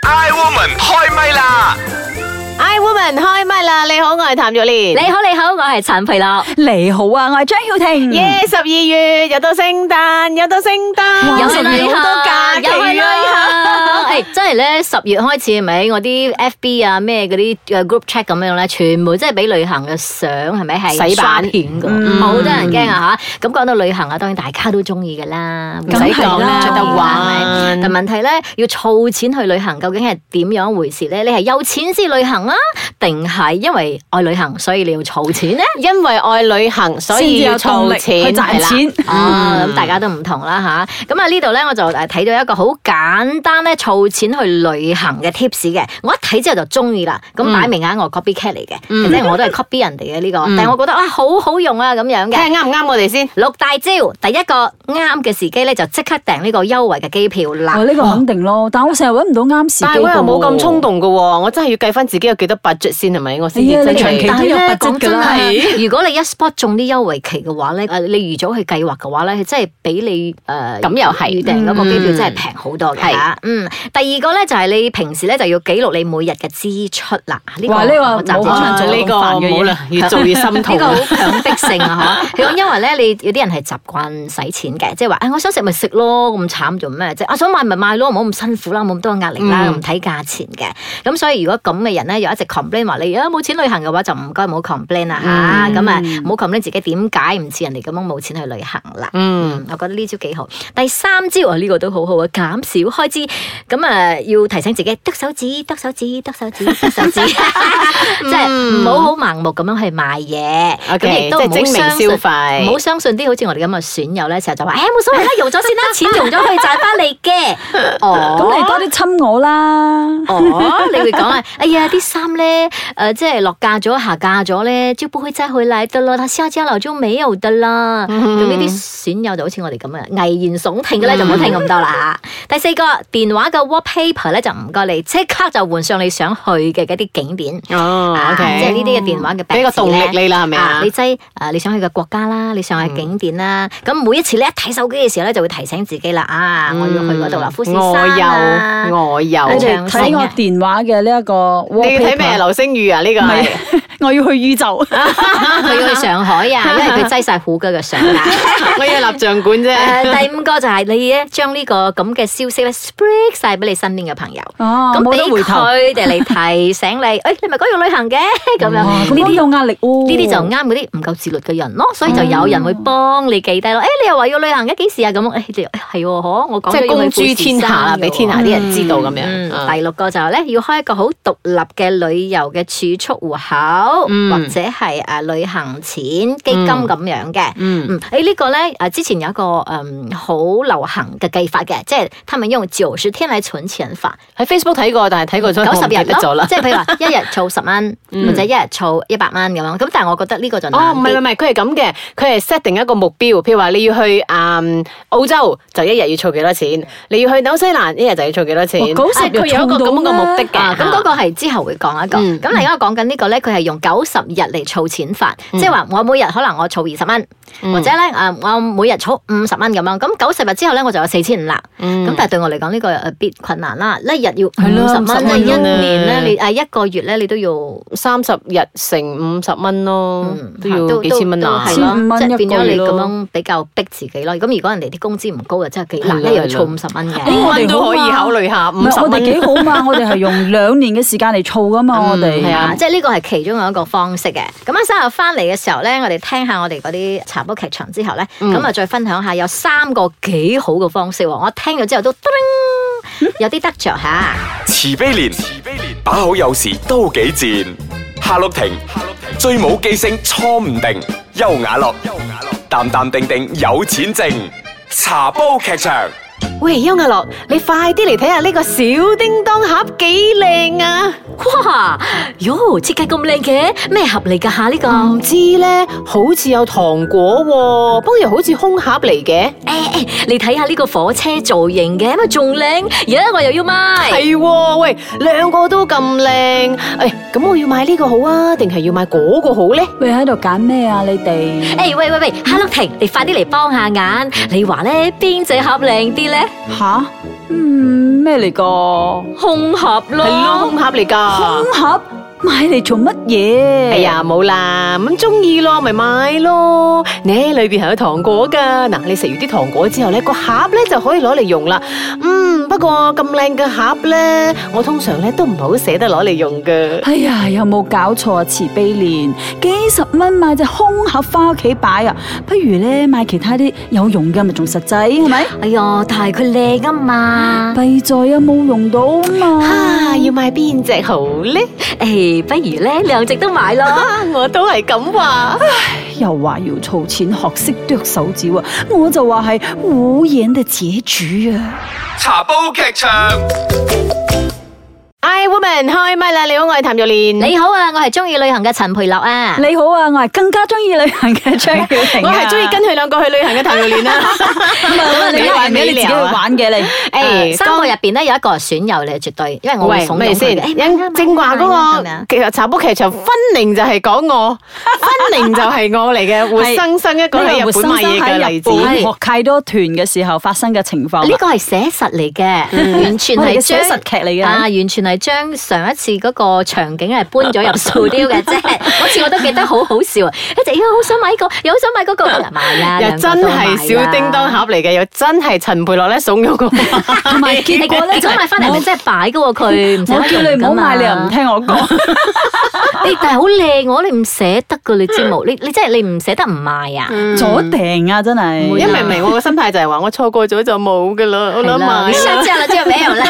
Iwoman 開唛啦！ I Woman 開唛啦！你好，我係譚玉蓮。你好，你好，我係陳培樂。你好啊，我係張曉婷。耶！十二月又到聖誕，又到聖誕，有成聖禮誕好多假有係期啊！ 啦，誒，真係咧，十月開始係咪？我啲 FB 啊，咩嗰啲誒 group check 咁樣咧，全部真係俾旅行嘅相係咪係洗版嗯刷片㗎？好多人驚啊嚇！咁講到旅行啊，當然大家都中意㗎啦，唔梗使係講啦啦，有中意得係咪玩，但問題咧，要儲錢去旅行，究竟係點樣回事咧？你係有錢先旅行啊，定係因為愛旅行所以你要儲錢咧？因為愛旅行，所先以至要有儲動力去錢，係賺啦錢。哦，咁大家都唔同啦吓，咁啊呢度咧我就誒睇到一個好簡單咧儲錢去旅行嘅 tips 嘅，我一睇之後就中意啦。咁擺明啊，我 copy cat 嚟嘅，即係我都係 copy 人哋嘅呢個，但係我覺得啊好好用啊咁樣睇下嘅。啱唔啱我哋先。六大招，第一個啱嘅時機咧就即刻訂呢個優惠嘅機票啦。我呢個肯定咯，但我成日揾唔到啱時機。但係我又冇咁衝。動㗎喎，我真係要計翻自己有幾多 budget 先係咪？我先哎呀至真你長期係都有咧 budget 講真㗎啦啊，如果你一 spot 中啲優惠期嘅話咧，誒你預早去計劃嘅話咧，係真係比你誒咁又係預訂嗰個機票嗯真係平好多嘅係嚇。嗯，第二個咧就係你平時咧就要記錄你每日嘅支出啦。呢個哇呢個我暫時冇可能哇做呢個咁煩嘅嘢冇啦，越做越心痛呢個。好強迫性 啊！嚇，佢講因為咧，你有啲人係習慣使錢嘅，即係話，啊誒我想食咪食咯，咁慘做咩啫？我啊想買咪買咯，唔好咁辛苦啦，冇咁多壓力啦，嗯唔睇價錢嘅。咁所以如果咁嘅人咧，又一直 complain 話你啊冇錢旅行嘅話，就唔該唔好 complain 啦嚇。咁啊，唔好 complain 自己點解唔似人哋咁樣冇錢去旅行啦。嗯，嗯，我覺得呢招幾好。第三招啊，呢、個都好好啊，減少開支。咁啊，要提醒自己，剁手指，剁手指，剁 手指，剁手指，即係唔好好盲目咁樣去買嘢。咁嗯 OK，亦即都係唔好精明相消信。費。唔好相信啲好似我哋咁嘅損友咧，成日就話：，誒、哎冇所謂啦，用咗先啦，錢用咗佢賺翻嚟嘅。 哦，咁你多啲親我啦。哦，你會講啊，哎呀，啲衫咧，誒、即係落架咗、下架咗咧，就不會再回來的了，它下架了就沒有的啦。嗯咁呢啲損友就好似我哋咁啊，危言聳聽嘅咧就唔好聽咁多啦。第四個電話嘅 wallpaper 咧就唔該你即刻就換上你想去嘅嗰啲景點。哦啊 Ờ, ，OK，即係呢啲嘅電話嘅俾個 badge 動力咧你啦，係咪啊啊？你擠啊，你想去嘅國家啦，你想去嘅景點嗯啦，咁每一次咧一睇手機嘅時候咧，就會提醒自己啦，啊，我要去 Ừ. 嗰度啦，富士山啊嗯我有，我有。你你哋哋睇我電話嘅呢一個 wallpaper，你要睇咩？流星雨啊？呢個唔係係，我要去宇宙。佢要去上海 啊，因為佢擠晒虎哥嘅相啦。 我要立像 館啫。誒，第五個就係你咧，將呢個咁嘅消息咧 spread 晒俾你身邊嘅朋友，哦，咁冇俾得回頭。佢哋嚟提醒你， 誒，你咪講要旅行嘅咁樣。哇呢咁呢啲啲有壓力哦喎。呢啲就啱嗰啲唔夠自律嘅人咯，所以就有人會幫你記低咯。誒，你又話要旅行嘅幾時啊？咁誒，你就誒係喎，嗬，我講即咗係要公去富諸士天下山啦，嘅俾天喎下啲人知道咁嗯樣。，啊第六個就係咧，要開一個好獨立嘅旅遊嘅儲蓄戶口，嗯或者係誒旅行錢基金咁樣嘅。嗯嗯，誒呢個咧誒之前有一個誒好流行嘅計法嘅，即係他們用九十天嚟存錢法，喺 Facebook 睇過，但係睇過咗 九我十唔記日得咗咯啦，嗯即。係譬如話一日儲 十蚊，或者一日儲一百蚊咁樣。咁但係我覺得呢個就哦，難唔係唔係啲。唔係，佢係咁嘅，佢係 set 定一個目標，譬如話你要去嗯澳洲，就一日要儲幾多錢；你要去紐西蘭，一日就要儲幾多錢。哇九十啊佢有一個咁樣嘅目的啊嘅。咁嗰個係之後會講一個。嗯咁另一個講緊呢個咧，佢係用九十日嚟儲錢法，即係話我每日可能我儲二十蚊，嗯或者咧誒我每日儲五十蚊咁樣。咁九十日之後咧，我就有四千五啦。咁嗯但係對我嚟講呢個誒必困難啦，一日要係五咯十50蚊，蚊你一啊年咧你誒一個月咧你都要。三十日乘五十蚊咯嗯，都要幾千蚊啊都都！係咯1500即係變咗你一個咁月咯樣比較逼自己咯。咁如果人哋啲工資唔高啊，真係幾難，係咯一日要係儲咯五十蚊哎嘅。我蚊哋都好可以嘛考慮下，五唔十係我哋蚊幾好嘛？ 我哋係用兩年嘅時間嚟儲噶嘛，我哋係啊啊，即係呢個係其中一個方式嘅。咁啊，三日翻嚟嘅時候咧，我哋聽下我哋嗰啲茶煲劇場之後咧，咁啊、再分享下有三個幾好嘅方式喎。我聽咗之後都 叮有啲得着吓。慈悲蓮，慈悲蓮，把口有時都幾賤。夏綠庭，夏綠庭，最冇記性錯唔定。優雅樂，優雅樂，淡淡定定有錢剩。茶煲劇場。喂，邱亞樂，你快啲嚟睇下呢個小叮當盒幾靚啊！哇！喲，設計咁靚嘅，咩合理㗎吓呢個？唔知咧，好似有糖果喎、不過又好似空盒嚟嘅。誒誒，你睇下呢個火車造型嘅，咪仲靚，而家我又要買。係喎、喂，兩個都咁靚，誒、咁我要買呢個好啊，定係要買嗰個好咧？喂，喺度揀咩啊？你哋誒、喂喂喂，哈洛婷，你快啲嚟幫下眼，你話咧邊隻盒靚啲咧？吓嗯，咩嚟噶？空盒咯，係咯，空盒嚟㗎。空盒買嚟做乜嘢？哎呀，冇啦，咁中意咯，咪買咯。呢裏邊係有糖果噶，嗱，你食完啲糖果之後咧，個盒咧就可以攞嚟用啦。嗯，不過咁靚嘅盒咧，我通常咧都唔係好捨得攞嚟用嘅。哎呀，有冇搞錯啊？慈悲蓮，幾十蚊買隻空盒翻屋企擺啊，不如咧買其他啲有用嘅咪仲實際係咪？啊哎呀，但係佢靚啊嘛，弊在啊冇用到啊嘛啊，。要買邊隻好咧？誒，不如咧兩隻都買咯。啊，我都係咁話。又話要儲錢學識剁手指喎，我就話係無言的自主啊！茶煲劇場。 I woman 開唛啦！你好，我係譚玉蓮。你好啊，我係中意旅行嘅陳培樂 啊。你好啊，我係更加中意旅行嘅張曉婷我啊係中意跟佢兩個去旅行嘅譚玉蓮啦。咁啊你係玩嘅你自己去玩嘅你。誒，三個入邊咧有一個係損友你絕對，因為我會喂，慫咪恿佢先嘅。誒，正正話 à, 嗰個其實茶煲劇場分明就係講我，分明就係我嚟嘅，活生生一個喺日本買嘢嘅例子。呢個活生係生喺日本學契多團嘅時候發生嘅情況。啊呢個係寫實嚟嘅，完全我哋嘅係寫將實劇嚟嘅啊，完全係將上一次嗰個場景係搬咗入塑雕嘅啫。嗰次我都記得好好笑啊！一直哎呀好想買呢個，又好想買嗰個，買啊！又兩個真都係買小啦叮當。盒嚟嘅，又真係陳培樂咧慫咗個買。同埋 你結嗰果咧咧，走買翻嚟咪真係擺嘅喎，佢唔使我叫你唔好買，你又唔。聽 我講。你但係好靚喎，你唔捨得㗎，你知冇？你你真係你唔捨得唔買啊？Ừ, 左訂啊，真係。嗯因為明明我個心態就係話我錯過咗就冇噶啦，我諗啦，買你下啦。架了就沒有啦。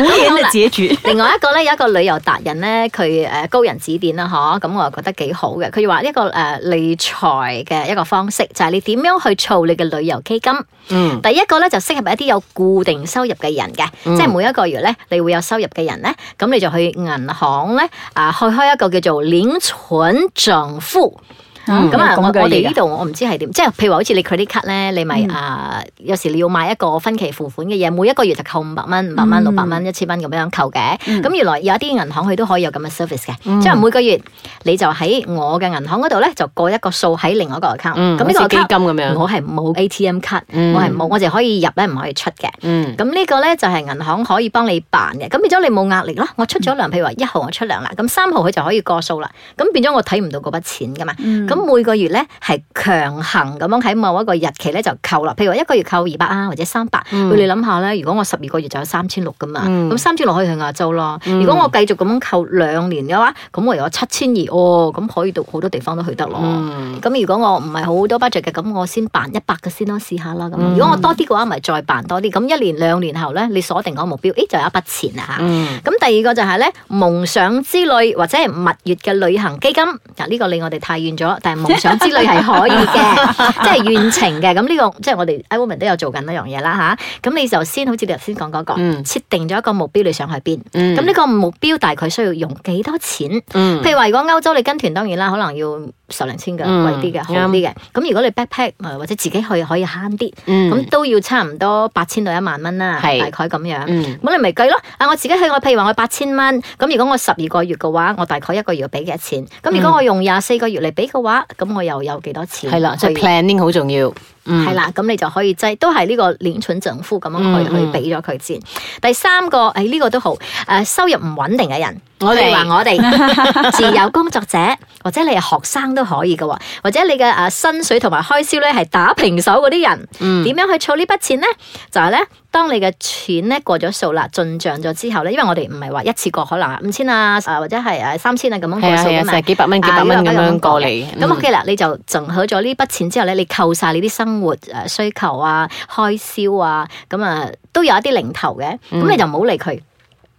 無言的自主。另外一個咧，有一個旅遊達人咧，佢誒高人指點啦，嗬，咁我又覺得幾好嘅。佢話一個誒理財嘅一個方式，就係你點樣去儲你嘅旅遊基金。嗯，第一個咧就適合一啲有固定收入嘅人嘅，即係每一個月咧你會有收入嘅人咧，咁你就去銀行咧啊去開一個叫做領存整付。嗯嗯咁啊，我我哋呢度我唔知係點，即係譬如話好似你 credit card 咧，你嗯咪啊有時你要買一個分期付款嘅嘢，每一個月就扣五百蚊、五百嗯蚊、六百蚊、一千蚊咁樣扣嘅。咁原來有一啲銀行佢都可以有咁嘅 service 嗯嘅，即係每個月你就喺我嘅銀行嗰度咧就過一個數喺另外一個 account。嗯咁呢個好似基 account 金咁樣我係冇 ATM 卡，嗯我係冇，我就可以入咧，唔可以出嘅。嗯，咁呢個咧就係銀行可以幫你辦嘅，咁變咗你冇壓力啦。我出咗糧，譬如話一號我出糧啦，咁三號佢就可以過數啦。咁變咗我睇唔到嗰筆錢噶嘛。嗯咁、每個月咧係強行咁樣喺某一個日期咧就扣啦。譬如話一個月扣二百啊，或者三百、喂你諗下咧，如果我十二個月就有三千六噶嘛，嗯咁三千六可以去亞洲咯。如果我繼續咁樣扣兩年嘅話，咁我有七千二哦，咁可以到好多地方都去得咯。嗯咁如果我唔係好多 budget 嘅，咁我先辦一百嘅先咯，試下啦。咁嗯如果我多啲嘅話，咪再辦多啲。咁一年兩年後咧，你鎖定嗰個目標，咦就有一筆錢啦嚇。嗯，咁第二個就係咧夢想之旅或者係蜜月嘅旅行基金，嗱呢個離我哋太遠咗，但係夢想之旅係可以嘅， 即係遠程嘅。咁呢個即係我哋 I Woman 都有做緊一樣嘢啦吓，咁你就先好似你頭先講嗰個，嗯設定咗一個目標你想去邊，嗯咁呢個目標大概需要用幾多錢？嗯，譬如話，如果歐洲你跟團當然啦，可能要十零千嘅嗯貴啲嘅，好啲嘅。咁如果你 backpack 呃或者自己去可以慳啲，嗯咁都要差唔多八千到一萬蚊啦，係大概咁樣。嗯咁你咪計咯。啊，我自己去我譬如話我八千蚊，咁如果我十二個月嘅話，我大概一個月要俾幾多錢？咁如果我用廿四個月嚟俾嘅話，咁我又有幾多錢？嗯係啦，即係去 planning 好重要。嗯係，啦，咁你就可以擠，都係呢個連蠢丈夫咁樣去嗯嗯去俾咗佢先。第三個，誒呢個都好，誒收入唔穩定嘅人，我哋譬如話我哋 自由工作者，或者你係學生都可以嘅喎，或者你嘅誒啊薪水同埋開銷咧係打平手嗰啲人，嗯點樣去儲呢筆錢咧？就係咧，當你嘅錢咧過咗數啦，進帳咗之後咧，因為我哋唔係話一次過可能五千啊，誒或者係誒三千啊咁樣係過啊數係啊，㗎嘛成。幾百蚊幾百蚊咁樣過嚟。咁 OK 啦，你就剩好咗呢筆錢之後咧，你扣晒你啲生活誒需求啊、開銷啊，咁啊都有一啲零頭嘅，嗯咁你就唔好理佢。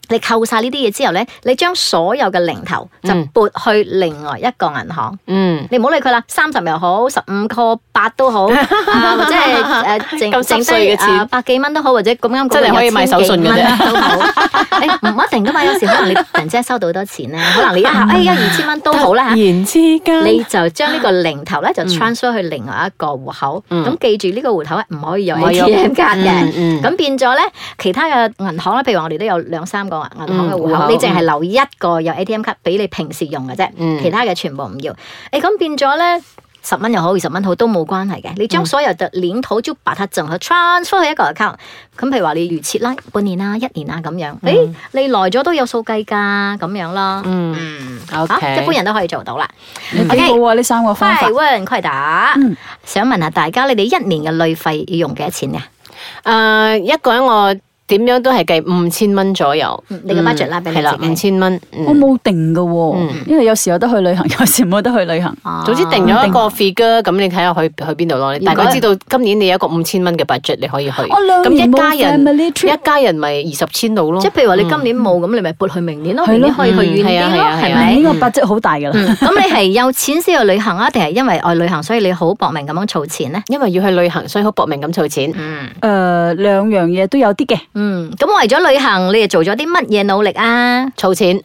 你扣晒呢啲嘢之後咧，你將所有嘅零頭就嗯撥去另外一個銀行。嗯，你唔好理佢啦，三十又好，十五個八 都好，啊或者係咁誒剩濕剩碎低嘅錢啊百幾蚊都好，或者咁啱嗰個真係可以有千買手信嘅啫幾蚊都好。 哎誒唔一定噶嘛，有時可能你突然之間收到好多錢咧，可能你一下哎呀二千蚊都好啦嚇突然之間，你就將呢個零頭咧就 transfer 去另外一個戶口，啊嗯咁記住呢個戶口係唔可以有唔可以有 ATM 卡嗯嘅，嗯咁變咗咧其他嘅銀行咧，譬如話我哋都有兩三個銀行嘅嗯戶戶口口，你淨係留一個有 ATM 卡俾你平時用嘅啫嗯，其他嘅全部唔要。誒咁變咗咧。十蚊又好，二十蚊好都冇關係嘅。你嗯將所有嘅鏈土就把它整合 transfer 去一個 account。咁譬如話你預設啦，半年啊啦、一年啦咁樣，誒、你來咗都有數計㗎，咁樣啦。嗯嗯 OK 嚇一般人都可以做到啦。你幾好啊？呢三個方法快。問快答，嗯想問下大家，你哋一年嘅旅費要用幾多錢啊？诶、一個人我點樣都係計五千蚊左右。嗯你嘅 budget 啦俾你係啦，自己哦五千蚊。嗯我冇定㗎嗯喎，因為有時有得去旅行， 有時冇得去旅行。總之定咗一個 figure，咁你睇下去去邊度咯。你大概知道今年你有一個五千蚊嘅 budget，你可以去。我兩咁年一冇家人 family trip 一家人咪二十千度咯。即係譬如話你今年冇咁，你咪撥去明年咯，係咯明年可以去遠啲嗯嗯係咯，啊係啊係係啊咪？呢個八折好大㗎啦。嗯 咁你係有錢先去旅行啊，定係因為愛旅行所以你好搏命咁樣儲錢咧？因為要去旅行，所以好搏命咁儲錢。嗯誒兩樣嘢都有啲嘅，嗯，咁為咗旅行，你哋做咗啲乜嘢努力 啊儲錢，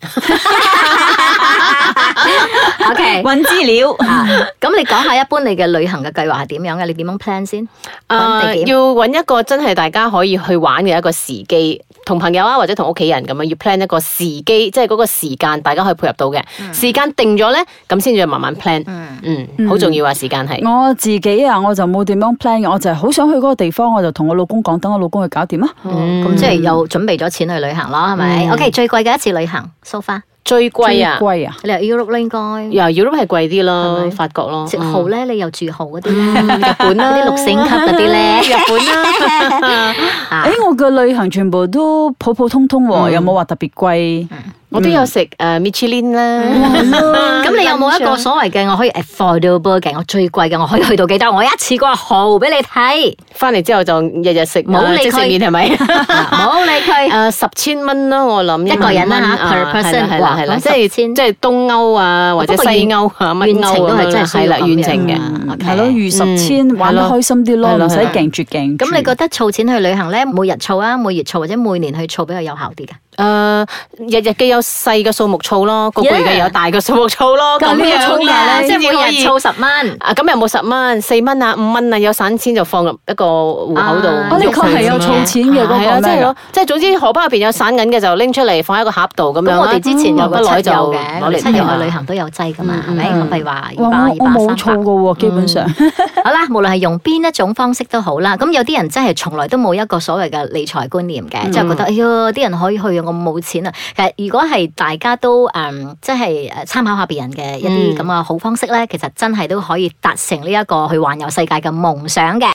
？OK，揾資料。啊咁你講下一般你嘅旅行嘅計劃係點樣嘅？你點樣 plan 先？揾地誒啊點要揾一個真係大家可以去玩嘅一個時機，同朋友啊或者同屋企人咁樣，要 plan 一個時機，即係嗰個時間大家可以配合到嘅。時間定咗咧，咁先至慢慢 plan。嗯嗯，好重要啊，時間係。我自己啊，我就冇點樣 plan 嘅，我就係好想去嗰個地方，我就同我老公講，等我老公去搞掂啊。嗯咁即係又準備咗錢去旅行咯，係咪？OK，最貴嘅一次旅行，so far，最貴啊最，貴啊！你話 Europe 啦應該。又 Europe 係貴啲係咯咪，法國咯，食嗯豪咧，你又住豪嗰啲咧，日本啦，嗯 嗰啲六星級嗰啲 咧日本啦， 啊嗯誒，我嘅旅行全部都普普通通喎，又冇話特別貴。我都有食誒 Michelin 啦，嗯 咁你有冇一個所謂嘅我可以 affordable 嘅，我最貴嘅我可以去到幾多？我一次過豪俾你 睇，翻嚟之後就日日食呃冇理佢即食麵係 咪？ 冇啊理佢。誒啊十千蚊啦，我諗一個人啦嚇啊 per 係啦 person，係啦係啦，哇咁即係10,000即係東歐啊或者不過遠西歐啊乜遠程歐都咁係樣真啦，係需要係啦咁遠程樣嘅。嗯 OK 係咯，預十千嗯玩得係咯開心啲咯，係咯唔使係咯勁住勁住。咁你覺得儲錢去旅行咧，每日儲啊，每月儲或者每年去儲比較有效啲㗎？誒呃日日嘅有細嘅數目儲咯，個個月嘅 Yeah 有大嘅數目儲咯，咁咁呢個樣啊儲嘅㗎即係每先可日以儲十蚊。啊，咁又冇十蚊、四蚊啊、五蚊啊，有散錢就放入一個戶口度。啊我哦呢你確係有儲錢嘅嗰個係啊，咩即係㗎咯？，即係總之荷包入邊有散銀嘅就拎出嚟放喺個盒度咁樣咁啦我哋之前有個嗯七耐友就嘅，我攞哋嚟七友睇啊去啦旅行都有劑㗎嘛，係嗯咪？嗯咁譬如話哇！二百、我二我冇百、儲三百嘅。喎，基本上。 好啦，無論係用邊一種方式都好啦，咁有啲人真係從來都冇一個所謂嘅理財觀念嘅，即係覺得哎呀啲人可以去啊，我冇錢啊。其實如果係大家都誒、嗯即係誒參考下別人嘅一啲咁嘅好方式咧，其實真係都可以達成呢一個去環遊世界嘅夢想嘅。